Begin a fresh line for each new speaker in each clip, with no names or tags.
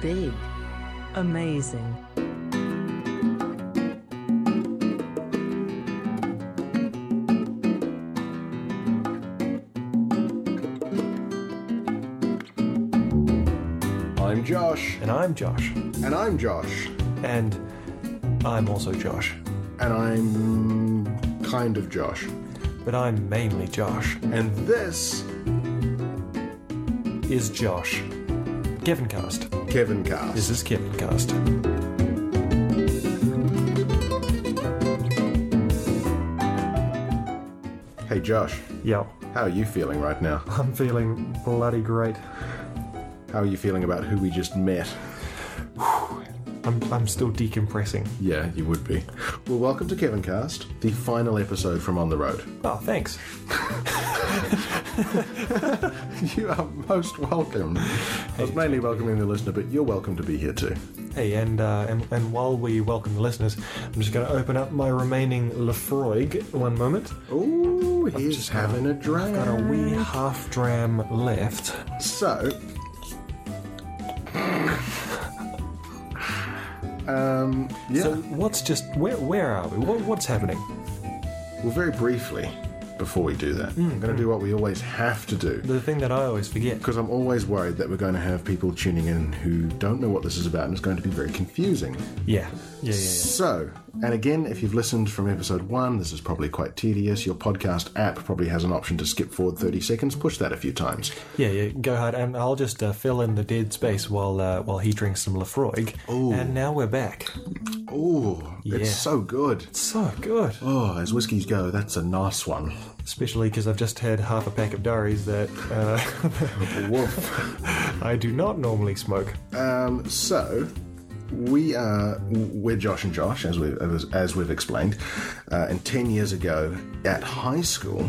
Big. Amazing.
I'm Josh.
And I'm Josh.
And I'm Josh.
And I'm also Josh.
And I'm kind of Josh.
But I'm mainly Josh.
And this
Is Josh. Kevin Cast.
Kevin Cast.
This is Kevin Cast.
hey Josh,
Yo,
how are you feeling right now?
I'm feeling bloody great.
How are you feeling about who we just met?
I'm, I'm still decompressing.
Yeah, you would be. Well, welcome to Kevin Cast, the final episode from On the Road.
Oh, thanks.
You are most welcome. I was mainly welcoming the listener, but you're welcome to be here too.
Hey, and uh, and, and while we welcome the listeners, I'm just going to open up my remaining Lefroig one moment.
Ooh, he's having a drink.
Got a wee half dram left.
So, um, yeah.
So what's just where where are we? What, what's happening?
well, very briefly, before we do that,
Hmm.
I'm going to do what we always have to do
The thing that I always forget.
because I'm always worried that we're going to have people tuning in who don't know what this is about and it's going to be very confusing.
Yeah, yeah, yeah. yeah.
So, and again, if you've listened from episode one, this is probably quite tedious. Your podcast app probably has an option to skip forward 30 seconds. Push that a few times.
Yeah, yeah, go hard, and I'll just uh, fill in the dead space while uh, while he drinks some Lefroig. And now we're back.
Oh,
Yeah.
it's so good.
So good,
Oh, as whiskies go, that's a nice one.
especially because I've just had half a pack of diaries that uh,
Woof.
I do not normally smoke.
Um, so we are we're Josh and Josh, as we've as, as we've explained. Uh, and ten years ago, at high school,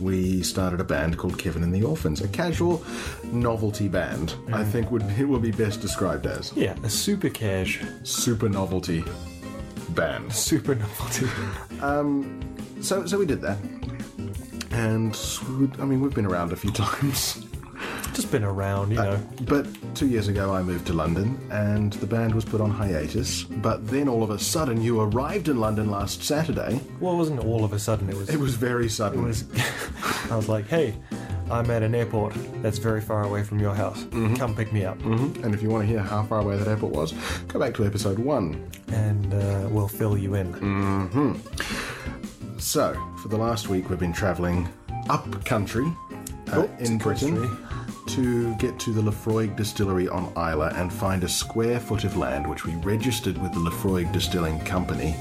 we started a band called Kevin and the Orphans, a casual novelty band. I think would it would be best described as
Yeah, a super cash,
super novelty band.
super novelty.
So so we did that, and we- I mean we've been around a few times.
just been around, you know.
But two years ago, I moved to London and the band was put on hiatus. But then all of a sudden, you arrived in London last Saturday.
Well, it wasn't all of a sudden. It was.
It was very sudden.
was- I was like, hey, I'm at an airport that's very far away from your house. Come pick me up,
And if you want to hear how far away that airport was, go back to episode one.
and uh, we'll fill you in.
So, for the last week, we've been traveling up country uh,
Oh,
in Britain
country.
to get to the Lefroig distillery on Isla and find a square foot of land which we registered with the Lefroig Distilling Company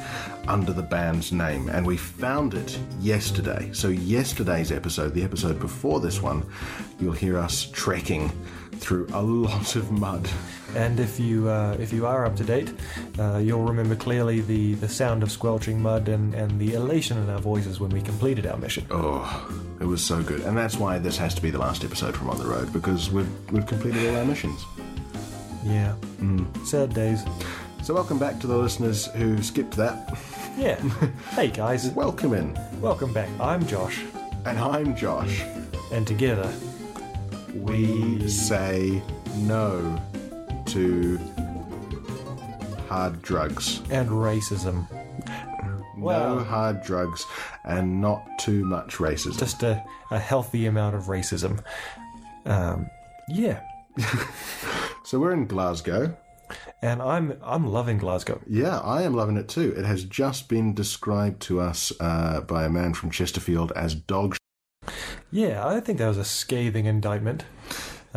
under the band's name. And we found it yesterday. So, yesterday's episode, the episode before this one, you'll hear us trekking through a lot of mud.
And if you uh, if you are up to date, uh, you'll remember clearly the, the sound of squelching mud and, and the elation in our voices when we completed our mission.
Oh, it was so good. And that's why this has to be the last episode from On the Road because we've, we've completed all our missions.
Yeah, sad days.
So, welcome back to the listeners who skipped that.
Yeah. hey guys,
Welcome in.
welcome back. I'm Josh,
And I'm Josh.
and together,
We say no to hard drugs.
and racism. Wow.
No hard drugs and not too much racism.
Just a, a healthy amount of racism. Um, yeah.
So, we're in Glasgow.
And I'm I'm loving Glasgow.
Yeah, I am loving it too. It has just been described to us uh, by a man from Chesterfield as dog.
Yeah, I think that was a scathing indictment.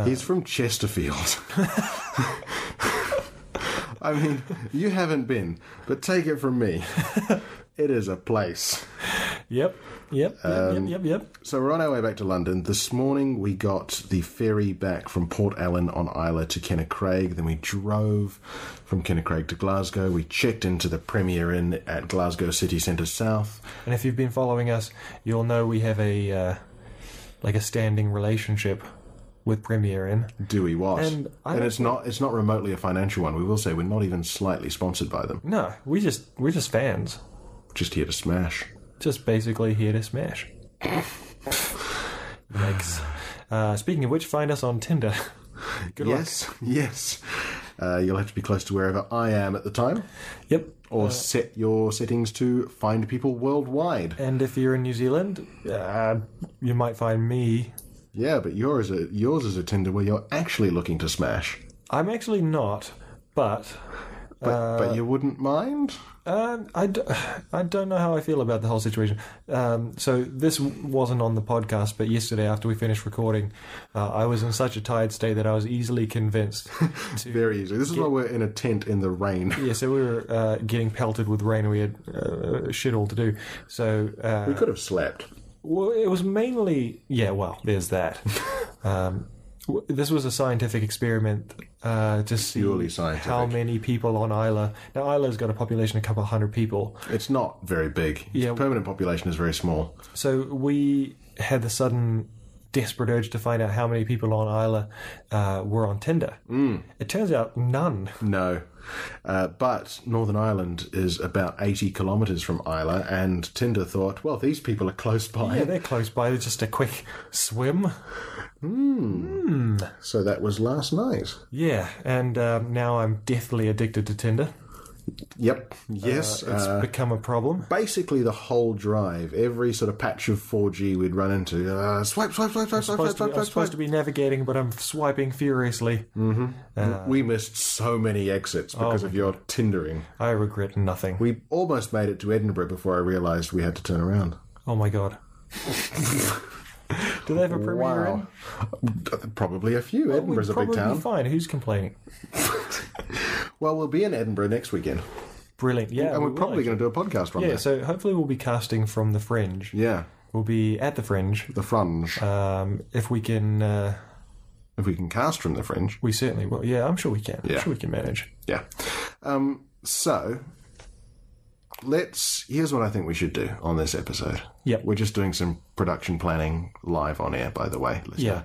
He's from Chesterfield. I mean, you haven't been, but take it from me. It is a place.
Yep. Yep. Yep. yep. Yep. Yep.
So we're on our way back to London. This morning we got the ferry back from Port Allen on Isla to Kennecraig. Then we drove from Kennecraig to Glasgow. We checked into the Premier Inn at Glasgow City Centre South.
And if you've been following us, you'll know we have a uh, like a standing relationship with Premier Inn.
Dewey Wash.
And I
and
don't
it's not it's not remotely a financial one. We will say we're not even slightly sponsored by them.
No, we just we're just fans,
Just here to smash.
just basically here to smash. Yikes. Uh, speaking of which, find us on Tinder. Good luck.
yes, yes. Uh, you'll have to be close to wherever I am at the time,
Yep.
or set your settings to find people worldwide.
And if you're in New Zealand, uh, you might find me.
Yeah, but yours is a, yours is a Tinder where you're actually looking to smash.
I'm actually not, but
But,
Uh,
but you wouldn't mind?
um, I, d- I don't know how I feel about the whole situation. Um, so this w- wasn't on the podcast, but yesterday after we finished recording, uh, I was in such a tired state that I was easily convinced.
Very easily. This is why we're in a tent in the rain.
yeah, so we were uh, getting pelted with rain. and We had uh, shit all to do. So uh,
We could have slept.
Well, it was mainly yeah. Well, there's that. um, w- this was a scientific experiment uh, to see
Purely scientific.
how many people on Isla. Now Isla's got a population of a couple of hundred people,
It's not very big. Its
Yeah.
permanent population is very small.
so we had the sudden desperate urge to find out how many people on Isla uh, were on Tinder. Mm. It turns out none.
No. Uh, but Northern Ireland is about 80 kilometres from Isla, and Tinder thought, well, these people are close by.
Yeah, they're close by. They're just a quick swim.
So that was last night.
Yeah, and um, now I'm deathly addicted to Tinder.
Yep. Yes.
It's
uh,
become a problem.
basically the whole drive, every sort of patch of 4G we'd run into, uh, swipe, swipe, swipe, swipe, swipe,
supposed to
swipe,
be,
swipe,
I'm
swipe.
supposed to be navigating, but I'm swiping furiously.
Mm. we missed so many exits
Oh
because of your Tindering.
I regret nothing.
We almost made it to Edinburgh before I realised we had to turn around.
Oh my god. Do they have a premiere? in?
Probably a few.
We'd
Edinburgh's a big
probably
town.
fine. Who's complaining?
Well, we'll be in Edinburgh next weekend.
Brilliant. Yeah,
And
we
we're
will
probably
actually.
going to do a podcast from
Yeah,
there.
so hopefully we'll be casting from the fringe.
Yeah.
We'll be at the fringe.
The fringe.
Um, if we can, uh,
if we can cast from the fringe.
we certainly will. Yeah, I'm sure we can.
Yeah.
I'm sure we can manage.
Yeah. Um, so let's here's what I think we should do on this episode.
Yep.
We're just doing some production planning live on air, by the way. listener.
Yeah.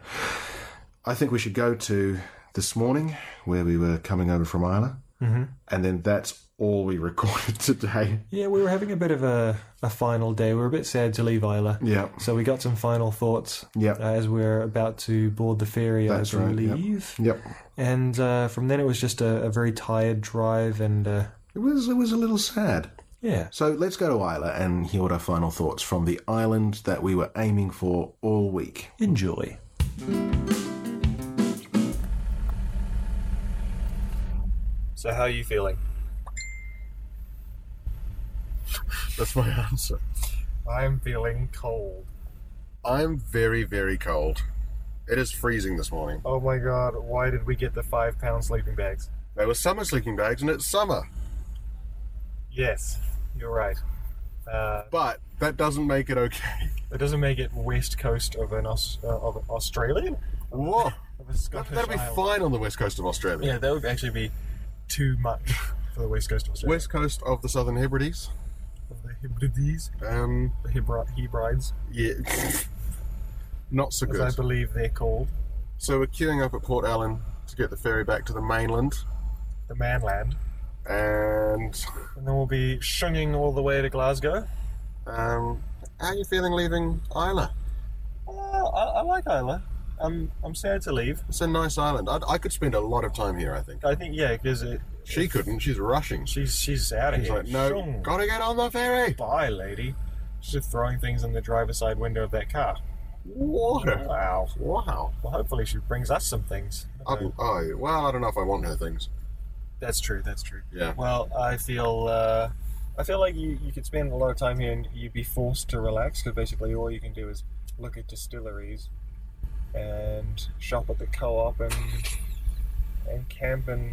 I think we should go to this morning where we were coming over from Isla. Mm-hmm. And then that's all we recorded today.
Yeah, we were having a bit of a, a final day. We were a bit sad to leave Isla.
Yeah.
So we got some final thoughts uh,
Yep.
as we're about to board the ferry
That's
as we
right, yep.
leave.
Yep.
And uh, from then it was just a, a very tired drive and uh,
It was it was a little sad.
yeah.
So let's go to Isla and hear what our final thoughts from the island that we were aiming for all week.
Enjoy.
So how are you feeling?
That's my answer.
I'm feeling cold.
I'm very, very cold. It is freezing this morning.
Oh my god, why did we get the five pound sleeping bags?
They were summer sleeping bags and it's summer.
Yes, you're right. Uh,
But that doesn't make it okay.
it doesn't make it west coast of an Aus- uh, of an Australian,
Whoa.
of a Scottish
That'll be
island.
fine on the west coast of Australia.
Yeah, that would actually be too much for the west coast of Australia.
West coast of the Southern Hebrides.
of the Hebrides,
Um,
the Hebra- Hebrides,
yeah. Not so
as
good.
I believe they're called,
So we're queuing up at Port Allen to get the ferry back to the mainland.
the Manland,
And
and then we'll be shunging all the way to Glasgow.
um, how are you feeling leaving Isla?
Uh, I, I like Isla. I'm I'm sad to leave.
It's a nice island. I, I could spend a lot of time here, I think.
I think yeah, because it
She couldn't. She's rushing.
She's she's out of
She's
here.
like, no,
Shung.
gotta get on the ferry.
Bye, lady. She's just throwing things in the driver's side window of that car.
What a
Wow.
Wow.
Well, hopefully she brings us some things.
I, oh, well, I don't know if I want her things.
that's true. That's true.
Yeah.
Well, I feel uh, I feel like you, you could spend a lot of time here and you'd be forced to relax because basically all you can do is look at distilleries and shop at the co-op and and camp and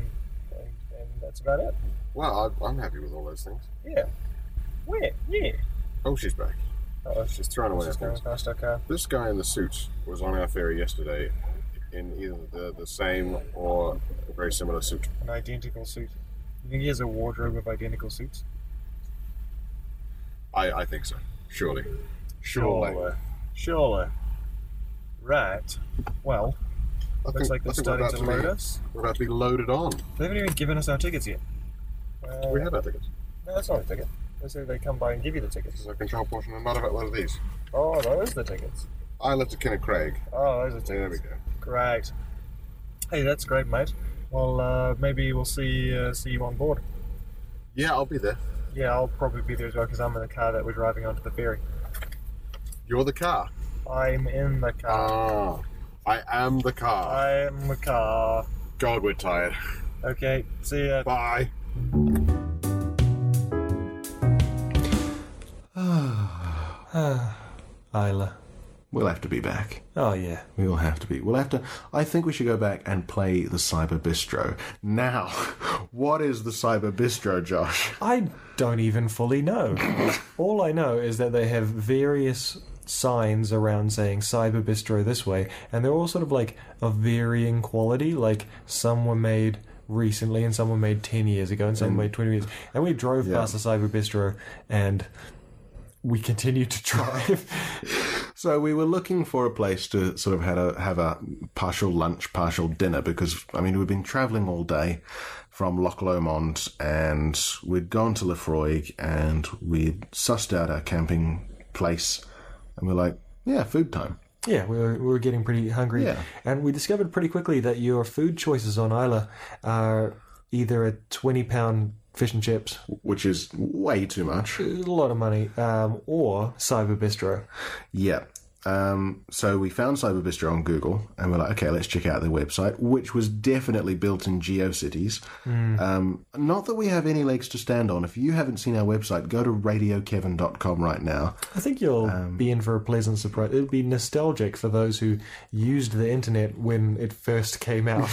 and, and that's about it.
Well, I, I'm happy with all those things.
Yeah. Where? Yeah.
Oh, she's back.
Oh, she's
She's throwing away her
just going
things.
past our car.
This guy in the suit was on our ferry yesterday in either the, the same or a very similar suit.
an identical suit. You think he has a wardrobe of identical suits?
I, I think so. Surely. Surely.
Surely. Right. Well,
I
looks like they're starting to load us.
We're about to be loaded on.
They haven't even given us our tickets yet. Uh,
We have our tickets.
No, that's not a ticket. They say they come by and give you the
This
tickets.
is a control portion and not about one of these.
Oh, those are the tickets.
I left to Kenneth Craig.
Oh, those are the
There we
tickets.
go.
Great. Hey, that's great, mate. Well, uh, maybe we'll see uh, see you on board.
Yeah, I'll be there.
Yeah, I'll probably be there as well because I'm in the car that we're driving onto the ferry.
You're the car.
I'm in the car.
Ah, I am the car.
I'm the car.
God, we're tired.
Okay, see ya.
Bye.
Isla.
We'll have to be back.
Oh, yeah.
We will have to be. We'll have to. I think we should go back and play the Cyber Bistro. Now, what is the Cyber Bistro, Josh?
I don't even fully know. All I know is that they have various signs around saying Cyber Bistro this way, and they're all sort of like of varying quality. Like some were made recently, and some were made 10 years ago, and some were made 20 years. And we drove past the Cyber Bistro, and we continued to drive.
So we were looking for a place to sort of had a, have a partial lunch, partial dinner because I mean we've been travelling all day from Loch Lomond and we'd gone to Lefroig and we'd sussed out our camping place and we're like, yeah, food time.
Yeah, we were, we were getting pretty hungry.
Yeah.
And we discovered pretty quickly that your food choices on Isla are either a 20 pound fish and chips,
Which is way too much.
a lot of money, um, or Cyber Bistro.
Yeah. Um, so we found Cyber Bistro on Google, and we're like, okay, let's check out their website, which was definitely built in GeoCities. Um, not that we have any legs to stand on. If you haven't seen our website, go to radiokevin.com right now.
I think you'll be in for a pleasant surprise. It'll be nostalgic for those who used the internet when it first came out.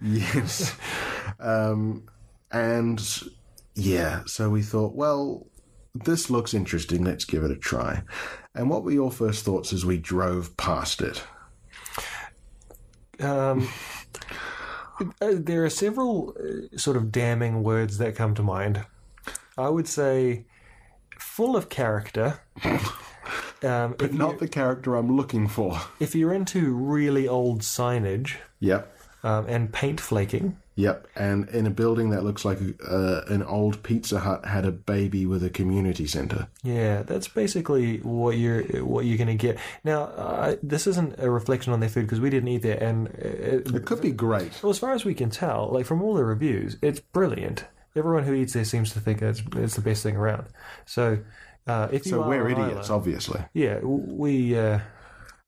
Yes. um, and yeah, so we thought, well, this looks interesting. Let's give it a try. And what were your first thoughts as we drove past it?
um, uh, there are several uh, sort of damning words that come to mind. I would say full of character. Um, if,
Not the character I'm looking for.
if you're into really old signage
Yep.
um, and paint flaking,
Yep, and in a building that looks like uh, an old Pizza Hut had a baby with a community center.
yeah, that's basically what you're what you're going to get. Now, uh, this isn't a reflection on their food because we didn't eat there, and uh,
It could be great.
Well, as far as we can tell, like from all the reviews, it's brilliant. Everyone who eats there seems to think it's, it's the best thing around. So, uh, if you
So
are
we're
on
idiots,
Isla,
obviously.
yeah, we uh,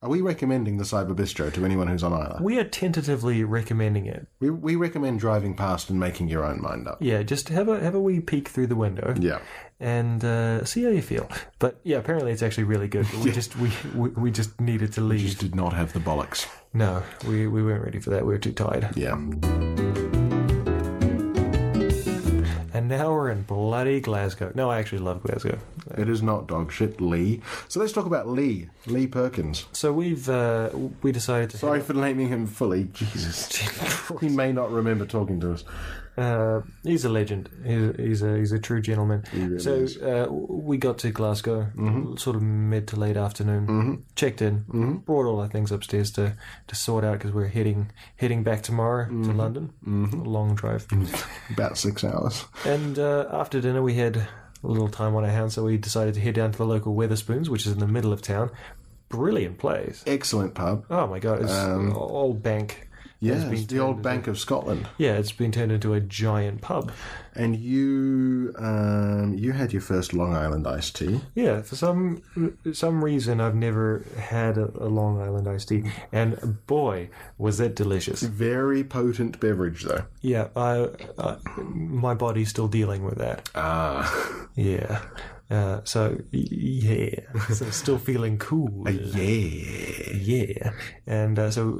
Are we recommending the Cyber Bistro to anyone who's on Isla?
we are tentatively recommending it.
We, we recommend driving past and making your own mind up.
Yeah, just have a have a wee peek through the window
Yeah.
and uh, see how you feel. But yeah, apparently it's actually really good. But we just we, we we just needed to leave.
Just did not have the bollocks.
No, we we weren't ready for that. We were too tired.
Yeah.
And now we're in bloody Glasgow. No, I actually love Glasgow.
It is not dog shit, Lee. So let's talk about Lee. Lee Perkins.
So we've uh, we decided to
Sorry for naming him fully. Jesus. He may not remember talking to us.
Uh, he's a legend. He's, he's a he's a true gentleman. so uh, we got to Glasgow, sort of mid to late
Mm-hmm.
afternoon. Checked in, brought all our things upstairs to, to sort out because we're heading heading back tomorrow to London. Long drive.
mm-hmm. About six hours.
and uh, after dinner, we had a little time on our hands, so we decided to head down to the local Weatherspoons, which is in the middle of town. Brilliant place.
Excellent pub.
Oh my god, it's old bank. has
Um, Yeah,
been
it's the
turned
old
into-
Bank of Scotland.
Yeah, it's been turned into a giant pub.
And you, um, you had your first Long Island iced tea.
Yeah, for some some reason I've never had a, a Long Island iced tea, and boy, was that delicious!
Very potent beverage, though.
Yeah, I, I my body's still dealing with that.
Ah,
Yeah, uh, so y- yeah, so still feeling cool.
yeah.
Yeah, and uh, so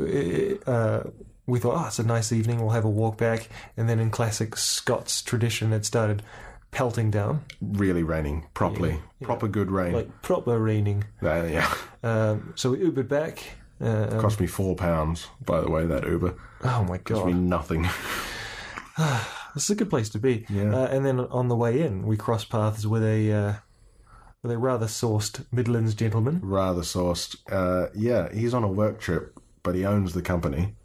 uh, we thought, oh, it's a nice evening. We'll have a walk back, and then in classic Scots tradition, it started pelting down
Really raining properly. Proper good rain.
like proper raining.
Uh, yeah.
Um, so we Ubered back. Uh,
Cost me four pounds, by the way, that Uber.
oh my god!
Cost me nothing.
This is a good place to be.
Yeah.
Uh, and then on the way in, we cross paths with a uh, with a rather sourced Midlands gentleman.
Rather sourced. Uh, yeah, he's on a work trip, but he owns the company.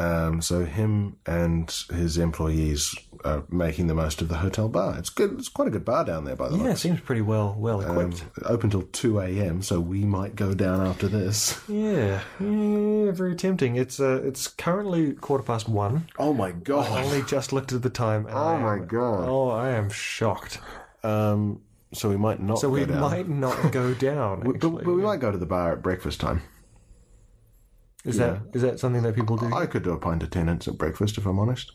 Um, so him and his employees are making the most of the hotel bar. It's good. It's quite a good bar down there, by the
Yeah,
way.
it seems pretty well well
Um,
equipped.
open till two a.m. So we might go down after this.
yeah, yeah, very tempting. It's uh, it's currently quarter past one.
Oh my
I
god!
only just looked at the time. And I
Oh my
am-
God.
Oh, I am shocked.
Um, so we might not.
So
go
we
down.
might not go down.
But, but
Actually.
we might go to the bar at breakfast time.
Is that is that something that people do?
I could do a pint of tenants at breakfast if I'm honest.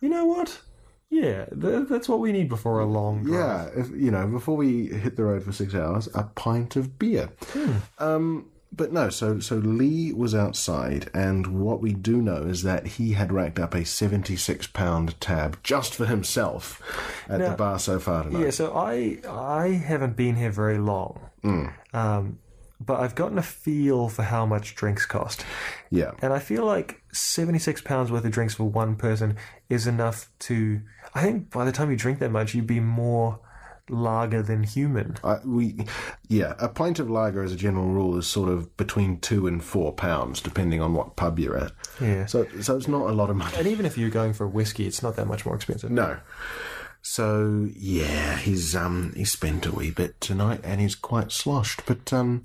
you know what? Yeah, th- that's what we need before a long. Drive.
Yeah, if, you know, before we hit the road for six hours, a pint of beer.
Hmm.
Um, but no, so so Lee was outside, and what we do know is that he had racked up a seventy-six pound tab just for himself at the
Now-
bar so far tonight.
Yeah, so I I haven't been here very long,
Hmm.
um, but I've gotten a feel for how much drinks cost,
Yeah,
and I feel like seventy six pounds worth of drinks for one person is enough to. I think by the time you drink that much, you'd be more lager than human.
I, we, yeah, a pint of lager as a general rule is sort of between two and four pounds, depending on what pub you're at.
Yeah.
So so it's not a lot of money.
and even if you're going for a whiskey, it's not that much more expensive.
No. So yeah, he's um he spent a wee bit tonight and he's quite sloshed. But um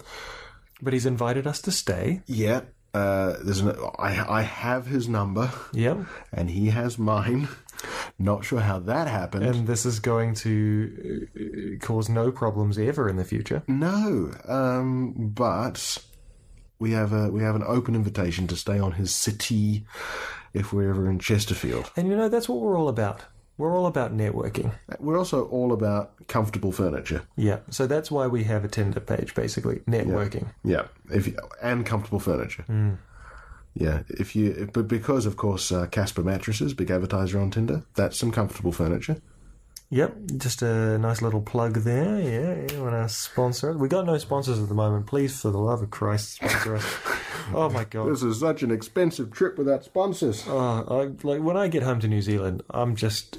But he's invited us to stay.
yeah, uh there's an I I have his number
Yep.
and he has mine. Not sure how that happened.
And this is going to uh, uh, cause no problems ever in the future.
no. Um but we have a we have an open invitation to stay on his city if we're ever in Chesterfield.
And you know, that's what we're all about. We're all about networking.
We're also all about comfortable furniture.
Yeah. So that's why we have a Tinder page, basically networking.
Yeah, Hmm. if you, and comfortable furniture. Yeah, if you but because of course uh, Casper mattresses, big advertiser on Tinder. That's some comfortable furniture.
Yep. Just a nice little plug there. Yeah. yeah Want to sponsor it? We got no sponsors at the moment. Please, for the love of Christ, sponsor us. Oh my god.
is such an expensive trip without sponsors.
Oh, I, like when I get home to New Zealand, I'm just.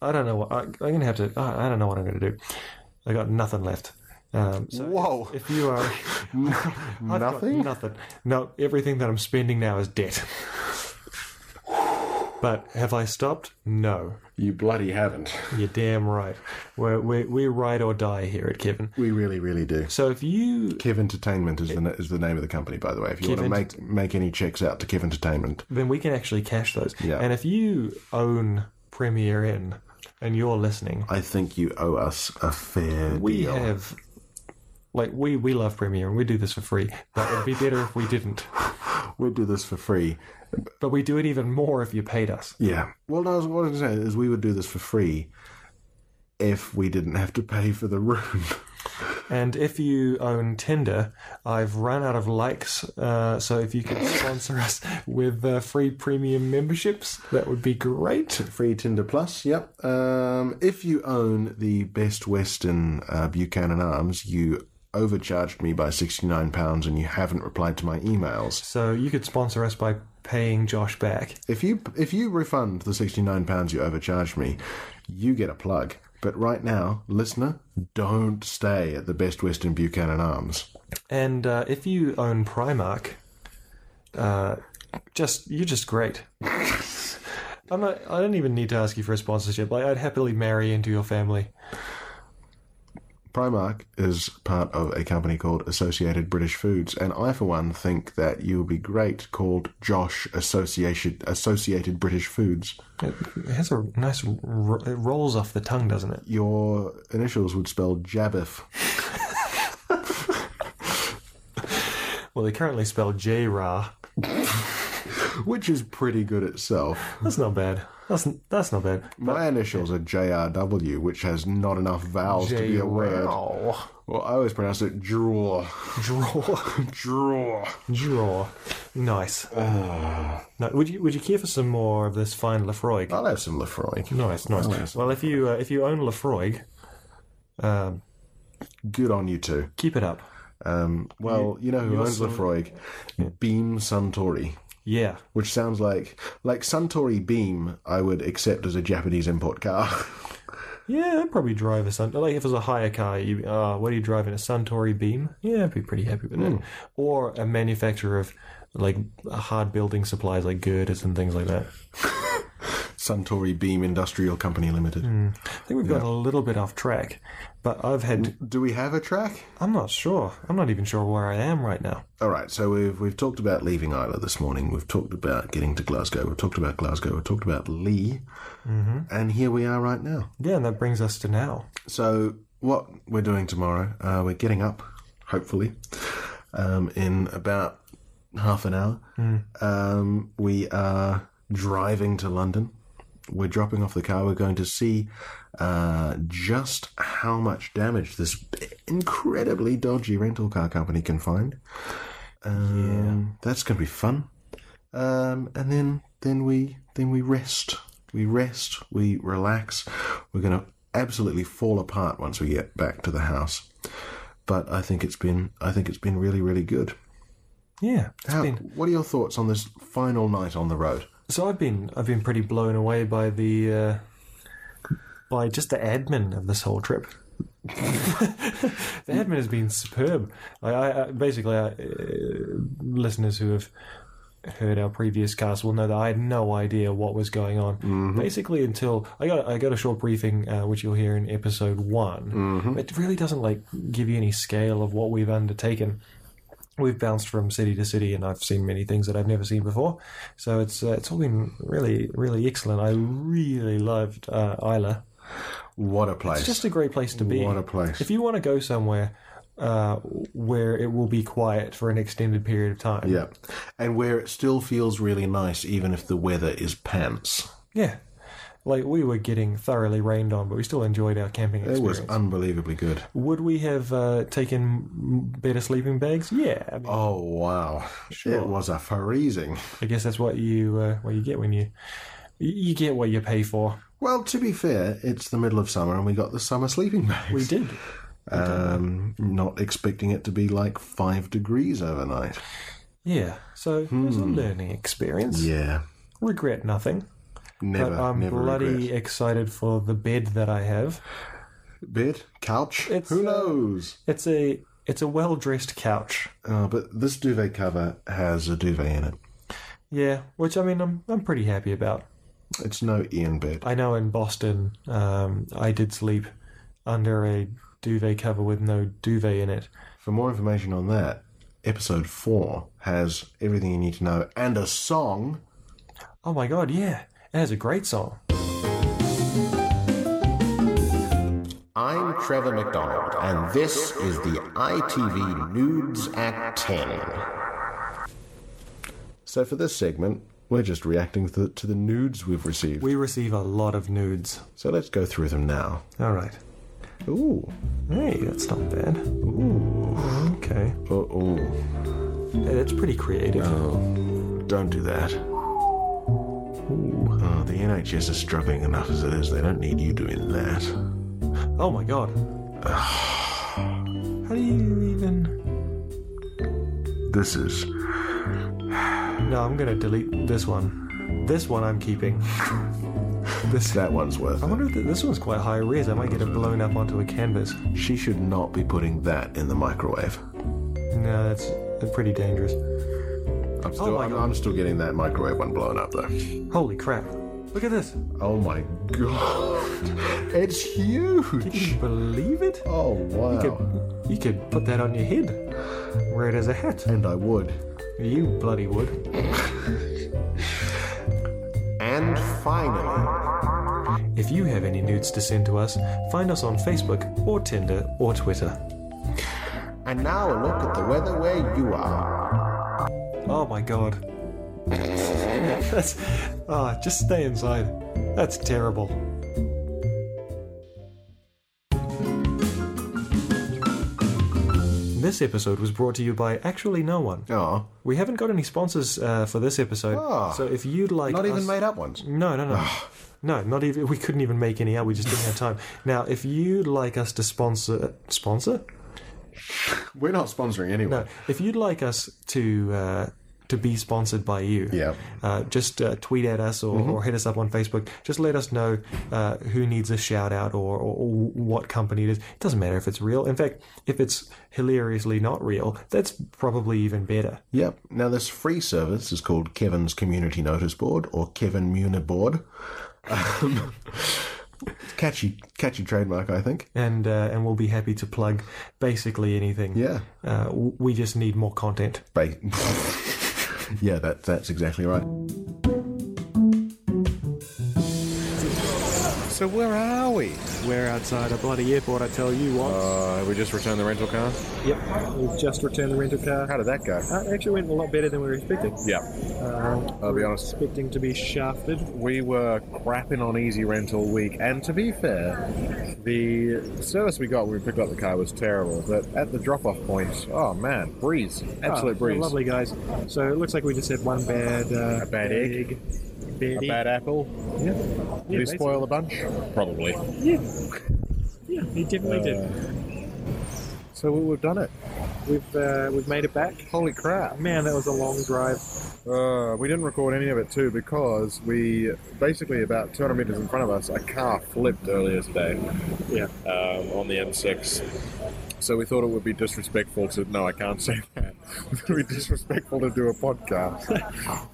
I don't know what I, I'm gonna have to. I I don't know what I'm gonna do. I got nothing left. Um, so
Whoa,
if you are I've got
nothing.
nothing. No, everything that I'm spending now is debt. but have I stopped? No.
You bloody haven't.
You're damn right. We're, we're, we're right or die here at Kevin.
We really, really do.
So if you.
Kev Entertainment is the, na- is the name of the company, by the way. If you
Kev
want to make make any checks out to Kev Entertainment,
Then we can actually cash those.
Yeah.
And if you own Premier Inn and you're listening,
I think you owe us a fair
we
deal.
have. Like, we, we love Premier and we do this for free, but it'd be better if we didn't.
We'll do this for free.
But we do it even more if you paid us.
Yeah. Well, no, what I was going to say is we would do this for free if we didn't have to pay for the room.
And if you own Tinder, I've run out of likes. Uh, so if you could sponsor us with uh, free premium memberships, that would be great.
Free Tinder Plus, yep. Um, if you own the Best Western uh, Buchanan Arms, you overcharged me by £69 and you haven't replied to my emails.
So you could sponsor us by paying Josh back.
If you if you refund the £69 you overcharged me, you get a plug. But right now, listener, don't stay at the Best Western Buchanan Arms.
And uh, if you own Primark, uh, just you're just great. I'm not, I don't even need to ask you for a sponsorship. Like I'd happily marry into your family.
Primark is part of a company called Associated British Foods, and I, for one, think that you would be great called Josh Association Associated British Foods.
It it has a nice ro- it rolls off the tongue, doesn't it?
Your initials would spell Jabiff.
Well, they currently spell J Ra.
which is pretty good itself.
That's not bad. That's that's not bad.
My initials are JRW, which has not enough vowels to be a word.
Wow.
Well, I always pronounce it draw.
Draw.
draw.
Draw. Nice. No, would you would you care for some more of this fine Lefroy?
I'll have some Lefroy.
nice, nice. Well, if you uh, if you own Lefroy, um,
Good on you two.
keep it up.
Um, well, you, know who owns
also-
Lefroy? Beam Suntory.
Yeah.
Which sounds like like Suntory Beam. I would accept as a Japanese import car.
Yeah, I'd probably drive a Sun. Like if it was a hire car, you uh, what are you driving? A Suntory Beam? Yeah, I'd be pretty happy with that. Or a manufacturer of like hard building supplies like girders and things like that.
Suntory Beam Industrial Company Limited.
I think we've got a little bit off track, but I've had.
Do we have a track?
I'm not sure. I'm not even sure where I am right now.
All right, so we've we've talked about leaving Isla this morning. We've talked about getting to Glasgow. We've talked about Glasgow. We've talked about Lee, and here we are right now.
Yeah, and that brings us to now.
So what we're doing tomorrow? Uh, we're getting up, hopefully, um, in about half an hour. Um, we are driving to London. We're dropping off the car. We're going to see uh, just how much damage this incredibly dodgy rental car company can find. Um, That's going to be fun. Um, and then then we then we rest. We rest. We relax. We're going to absolutely fall apart once we get back to the house. But I think it's been I think it's been really really good.
Yeah, it's
How,
been
What are your thoughts on this final night on the road?
So I've been I've been pretty blown away by the uh, by just the admin of this whole trip. the admin has been superb. I, I, I basically I, uh, listeners who have heard our previous cast will know that I had no idea what was going on. Basically, until I got I got a short briefing, uh, which you'll hear in episode one. It really doesn't like give you any scale of what we've undertaken we've bounced from city to city, and I've seen many things that I've never seen before. So it's uh, it's all been really really excellent. I really loved uh, Isla.
What a place!
It's just a great place to be.
what a place!
If you want to go somewhere uh, where it will be quiet for an extended period of time,
yeah, and where it still feels really nice, even if the weather is pants.
yeah. Like we were getting thoroughly rained on, but we still enjoyed our camping
It was
experience.
unbelievably good.
Would we have uh, taken m- better sleeping bags? Yeah, I, mean,
Oh wow! It was a freezing.
I guess that's what you uh, what you get when you you get what you pay for.
Well, to be fair, it's the middle of summer, and we got the summer sleeping bags.
We did.
Um, not expecting it to be like five degrees overnight.
Yeah, so it was a learning experience.
Hmm. Yeah,
Regret nothing.
never,
but I'm
never
bloody
regret.
excited for the bed that I have.
bed, couch.
It's,
Who
uh,
knows?
It's a it's a well dressed couch.
Uh, but this duvet cover has a duvet in it.
Yeah, which I mean I'm I'm pretty happy about.
It's no Ian bed.
I know in Boston, um, I did sleep under a duvet cover with no duvet in it.
For more information on that, episode four has everything you need to know and a song.
Oh my god, yeah. It has a great song.
I'm Trevor McDonald, and this is the ITV Nudes at 10.
So for this segment, we're just reacting to the, to the nudes we've received.
We receive a lot of nudes.
so let's go through them now.
All right.
Ooh,
Hey, that's not bad. Ooh. Okay.
uh oh,
That's pretty creative.
don't do that. Oh, the NHS is struggling enough as it is. They don't need you doing that.
Oh my god. How do you even.
This is
No, I'm gonna delete this one. This one I'm keeping. this. I
that one's worth it.
wonder if th- this one's quite high res. I might get it blown up onto a canvas.
She should not be putting that in the microwave.
No, that's pretty dangerous.
I'm still,
Oh my
I'm,
God.
I'm still getting that microwave one blown up though.
Holy crap. Look at this.
Oh my god. It's huge.
Can you believe it?
Oh
You
wow.
could, you could put that on your head. Wear it as a hat.
And I would.
You bloody would.
And finally,
If you have any nudes to send to us, find us on Facebook or Tinder or Twitter.
and now a look at the weather where you are.
Oh my god. That's ah, just stay inside. That's terrible. This episode was brought to you by actually no one.
Oh.
We haven't got any sponsors uh, for this episode,
Ah.
so if you'd like,
Not even
us-
made up Ah. ones.
No, no, no. No, not even. We couldn't even make any up. We just didn't have time. Now, if you'd like us to sponsor, sponsor,
We're not sponsoring anyone.
no, if you'd like us to uh, to be sponsored by you.
Yeah. Mm-hmm.
Uh, just uh, tweet at us or, or hit us up on Facebook. Just let us know uh, who needs a shout out or, or, or what company it is. It doesn't matter if it's real. In fact, if it's hilariously not real, that's probably even better.
Yep. Now, this free service is called Kevin's Community Notice Board or Kevin Muna Board. Um, catchy, catchy trademark, I think.
And, uh, and we'll be happy to plug basically anything.
Yeah.
Uh, w- we just need more content.
Ba- yeah, that, that's exactly right.
So where are we?
We're outside a bloody airport, I tell you what.
Uh, have we just returned the rental car?
Yep, we've just returned the rental car.
How did that go?
Uh, actually went a lot better than we were expecting.
Yeah,
Uh,
I'll be honest.
expecting to be shafted.
We were crapping on Easy Rent all week, and to be fair, the service we got when we picked up the car was terrible. But at the drop-off point, oh man, breeze, absolute
Ah,
breeze.
Lovely guys. So it looks like we just had one bad uh,
A bad egg.
Bad
A
egg.
bad apple.
Yeah.
Did he spoil a bunch? Probably.
Yeah. Yeah, he definitely
Uh,
did.
So we, we've done it.
We've uh, we've made it back.
Holy crap!
Man, that was a long drive.
Uh, we didn't record any of it too because we basically about 200 meters in front of us, a car flipped earlier today.
Yeah.
Um, on the M6. So we thought it would be disrespectful to no, I can't say that. We thought it would be disrespectful to do a podcast.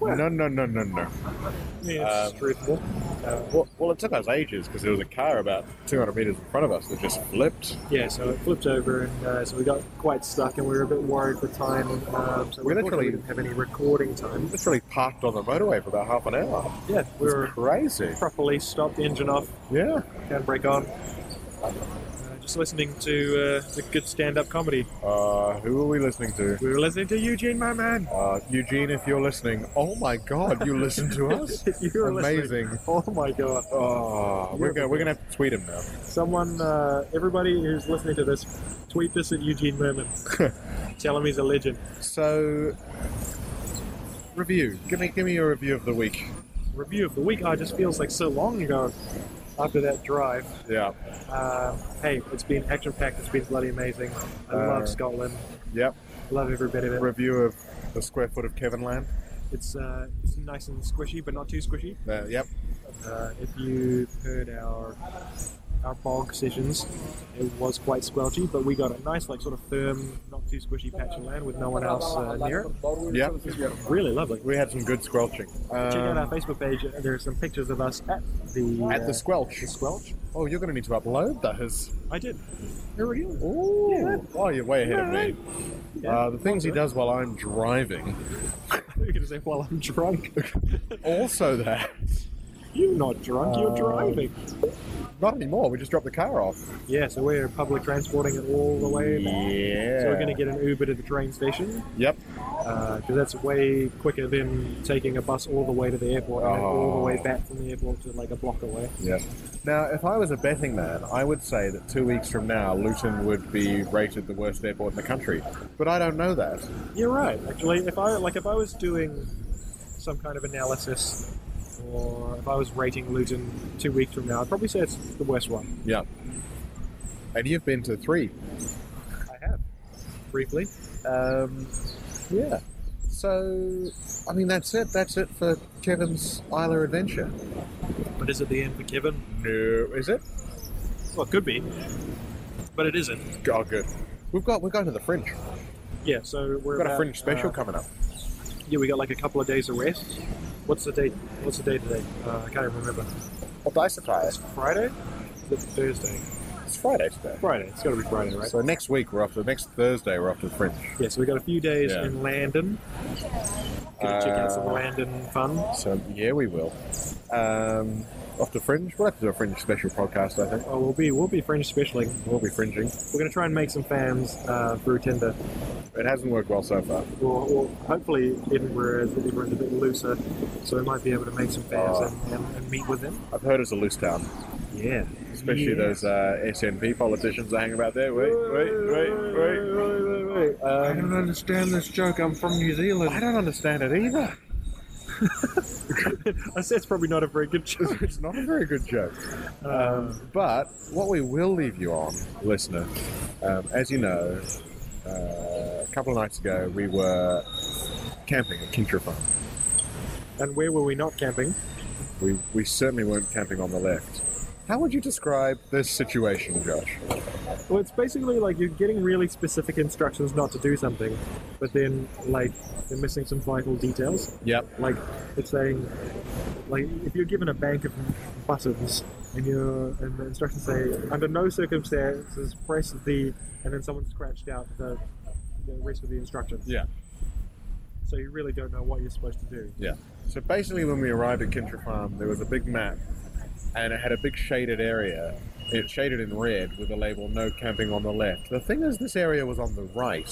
no, no, no, no, no.
Yeah, it's
Um,
truthful.
Well, well, it took us ages because there was a car about 200 meters in front of us that just flipped.
Yeah, so it flipped over, and uh, so we got quite stuck, and we were a bit worried for time. Um, so
We literally-
we literally didn't have any recording time.
Literally parked on the motorway for about half an hour.
Yeah, we
It's
were
crazy.
properly stopped, engine off,
Yeah.
handbrake on. Uh, Just listening to uh, the good stand-up comedy.
Uh, who are we listening to?
We were listening to Eugene, my man.
Uh, Eugene, if you're listening, oh my God, you listen to us?
you were listening.
Amazing.
Oh my god.
Oh, we're gonna we're gonna have to tweet him now.
Someone, uh, everybody who's listening to this, tweet this at Eugene Merman. Tell him he's a legend.
So, review. Give me give me your review of the week.
Review of the week. Oh, it just feels like so long ago after that drive.
Yeah.
Uh, hey, it's been action packed. It's been bloody amazing. I
Uh,
love Scotland.
Yep.
Love every bit of it.
Review of the square foot of Kevin Land.
It's, uh, it's nice and squishy, but not too squishy.
Uh, yep.
Uh, if you heard our our bog sessions, it was quite squelchy, but we got a nice, like, sort of firm, not too squishy patch of land with no one else uh, near it.
Yep.
Really lovely.
We had some good squelching.
Check out our
Um,
Facebook page. There are some pictures of us at the
at the
uh,
squelch.
the squelch.
Oh, you're gonna need to upload those.
I did.
Ooh. Oh, you're way ahead of me.
Yeah.
Uh, the things he does while I'm driving.
You're going to say, "Well, I'm drunk."
Also, that
you're not drunk. You're
Uh,
driving.
not anymore. We just dropped the car off.
Yeah. So we're public transporting it all the way back.
Yeah.
So we're going to get an Uber to the train station
Yep.
because that's way quicker than taking a bus all the way to the airport and then all the way
Oh.
back from the airport to like a block away.
Yeah. Now, if I was a betting man, I would say that two weeks from now, Luton would be rated the worst airport in the country. But I don't know that.
You're right. Actually, if I like, if I was doing some kind of analysis, or if I was rating Luton two weeks from now, I'd probably say it's the worst one.
Yeah. And you've been to three.
I have briefly.
Um, yeah. So, I mean, that's it. That's it for Kevin's Isla adventure.
But is it the end for Kevin?
No, is it?
Well, it could be, but it isn't.
Oh, good. We've got we're going to the fringe.
Yeah. So
We've got
we're
a
about,
fringe special
uh,
coming up.
yeah, we got like a couple of days of rest. What's the date? What's the date today? Uh, I can't even remember.
What dice surprise?
Friday? It's Thursday.
It's Friday today.
Friday. It's got to be Friday, right?
So next week we're off to next Thursday we're off to the fringe.
yeah. Uh, So we got a few days
Yeah.
in Landon. Gonna check out some Landon fun.
So yeah, we will. Um, off to Fringe. We'll have to do a Fringe special podcast. I think
Oh, we'll be we'll be French specialing.
we'll be fringing.
We're going to try and make some fans uh, through Tinder,
It hasn't worked well so far.
or, or hopefully Edinburgh is Edinburgh's a bit looser, so we might be able to make some fans
Oh.
and, and, and meet with them.
I've heard it's a loose town,
Yeah,
especially those uh, SNP politicians that hang about there. Wait, wait, wait, wait. um,
wait, wait.
I don't
understand this joke. I'm from New
I
Zealand.
don't understand it either.
I said it's probably not a very good joke.
It's not a very good joke.
Um,
But what we will leave you on, listener, um, as you know, uh, a couple of nights ago we were camping at Kintra Farm. And where were we not camping? We, we certainly weren't camping on the left. How would you describe this situation, Josh?
Well, it's basically like you're getting really specific instructions not to do something, but then like you're missing some vital details.
Yep.
Like it's saying, like if you're given a bank of buttons and you're and the instructions say under no circumstances press the and then someone scratched out the the rest of the instructions.
Yeah.
So you really don't know what you're supposed to do.
So basically, when we arrived at Kintra Farm, there was a big map, and it had a big shaded area. It shaded in red with the label "No camping on the left." The thing is, this area was on the right.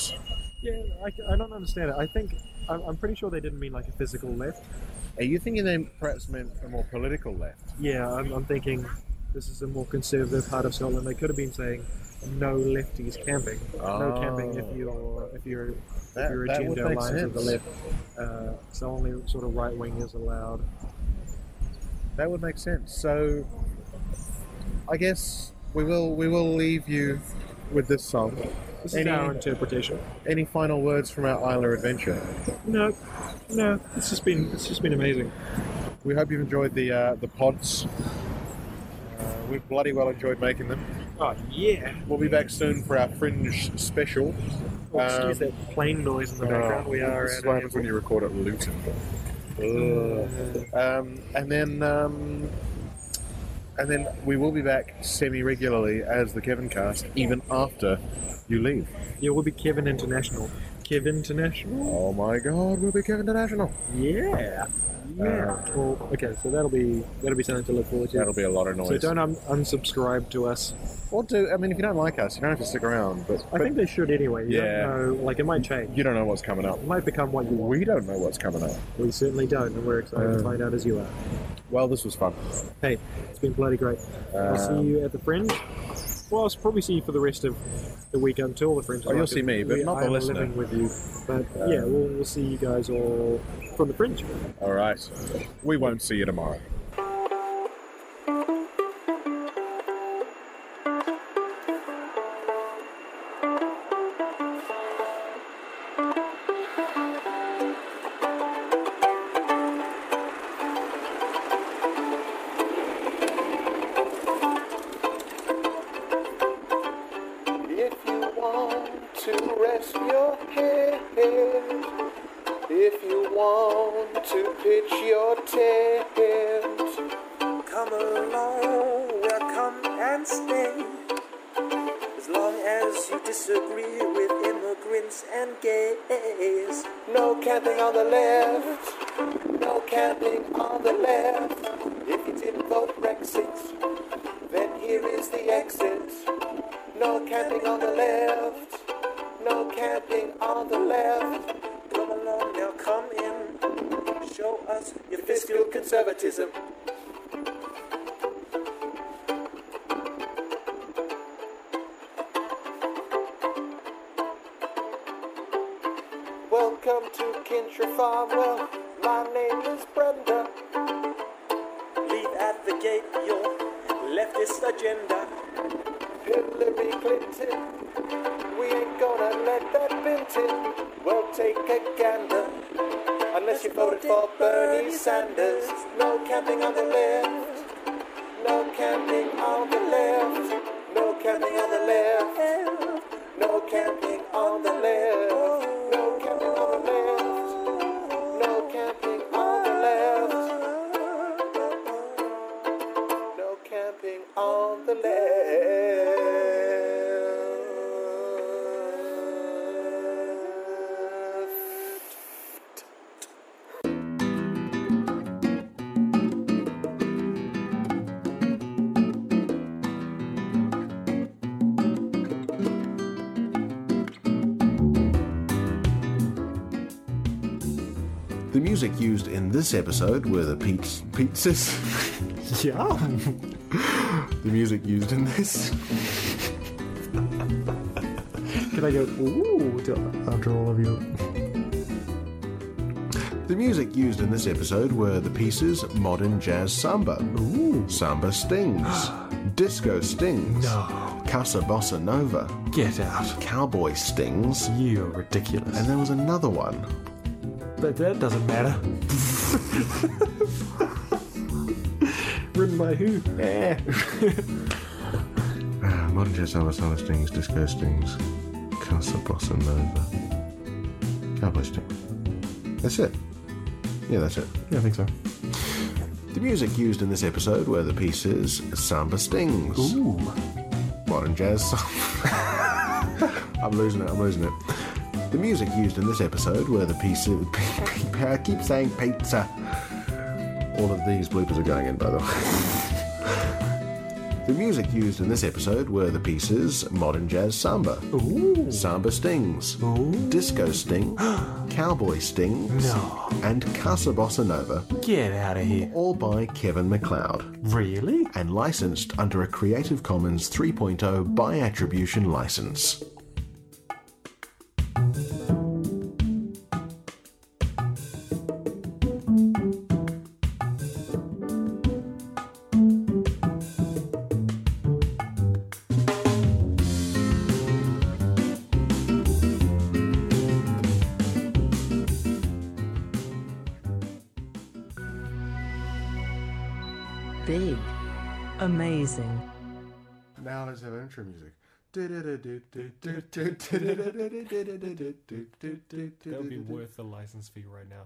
Yeah, I, I don't understand it. I think I'm, I'm pretty sure they didn't mean like a physical left.
Are you thinking they perhaps meant a more political left?
Yeah, I'm, I'm thinking this is a more conservative part of Scotland. They could have been saying no lefties camping, no
Oh.
camping if you're if you're if
That-
your
that would
agenda
make
aligns with the
sense.
left. Uh, so only sort of right wing is allowed.
That would make sense. So, I guess we will we will leave you with this song.
This
Any-
is our interpretation.
Any final words from our Isla adventure?
No, no, it's just been it's just been amazing.
We hope you've enjoyed the uh, the pods. Uh, we've bloody well enjoyed making them.
Oh yeah.
We'll be back soon for our fringe special.
Oh, excuse
Um,
that plane noise in the background. we are
This
at
is what
an
happens when you record at Luton.
uh,
Um, and then, um, and then we will be back semi-regularly as the Kevin Cast, even after you leave.
airport. Yeah, we'll be Kevin International. Kevin International.
Oh my God, we'll be Kevin International.
Yeah. Yeah. well, okay, so that'll be that'll be something to look forward to.
That'll be a lot of noise.
So don't un- unsubscribe to us.
or do I mean if you don't like us, you don't have to stick around. But,
I
but
think they should anyway. You
Yeah.
Don't know, like it might change.
you don't know what's coming up.
It might become what you want.
We don't know what's coming up.
We certainly don't, and we're excited to find out as you are.
Well, this was fun.
Hey, it's been bloody great. I'll see
Um,
you at the Fringe. Well, I'll probably see you for the rest of the week until the Fringe.
Oh, you'll
because
see me, but
we-
not the
I'm
listener. Uh,
living with you. But yeah, we'll, we'll see you guys all from the Fringe.
All right, we won't see you tomorrow.
If you want to rest your head, if you want to pitch your tent, come along, welcome and stay. As long as you disagree with immigrants and gays, no camping on the left, no camping on the left. If you didn't vote Brexit, then here is the exit. No camping on the left. No camping on the left. Come along now, come in. Show us your fiscal conservatism. Welcome to Kintra Farm. Well, my name is Brenda. Leave at the gate your leftist agenda. Hillary Clinton. We ain't gonna let that bint in. We'll take a gander. Unless you voted for Bernie Sanders. No camping on the left. No camping on the left. No camping on the left. No camping on the left. No camping on the left. No camping on the left. No camping on the left.
The music used in this episode were the Pete's pizzas.
Yum.
the music used in this.
Can I go ooh to, after all of you?
The music used in this episode were the pieces Modern Jazz Samba, Samba Stings, Disco Stings, Casa Bossa Nova,
Get out.
Cowboy Stings,
You're ridiculous.
and there was another one.
But that doesn't matter. Written by who? Eh.
Ah, Modern jazz almost always things, disco stings, Casa Bossa Nova, Cowboy Sting. That's it. Yeah, that's it.
Yeah, I think so.
The music used in this episode were the pieces Samba Stings. Ooh. Modern jazz. I'm losing it, I'm losing it. The music used in this episode were the pieces. I keep saying pizza. All of these bloopers are going in, by the way. The music used in this episode were the pieces Modern Jazz Samba, Samba Stings, Disco Sting, Cowboy Stings, and Casa Bossa Nova.
Get out of here.
All by Kevin McLeod.
Really?
And licensed under a Creative Commons 3.0 by attribution license.
Big. Amazing.
Now let's have intro music.
That would be worth the license fee right now.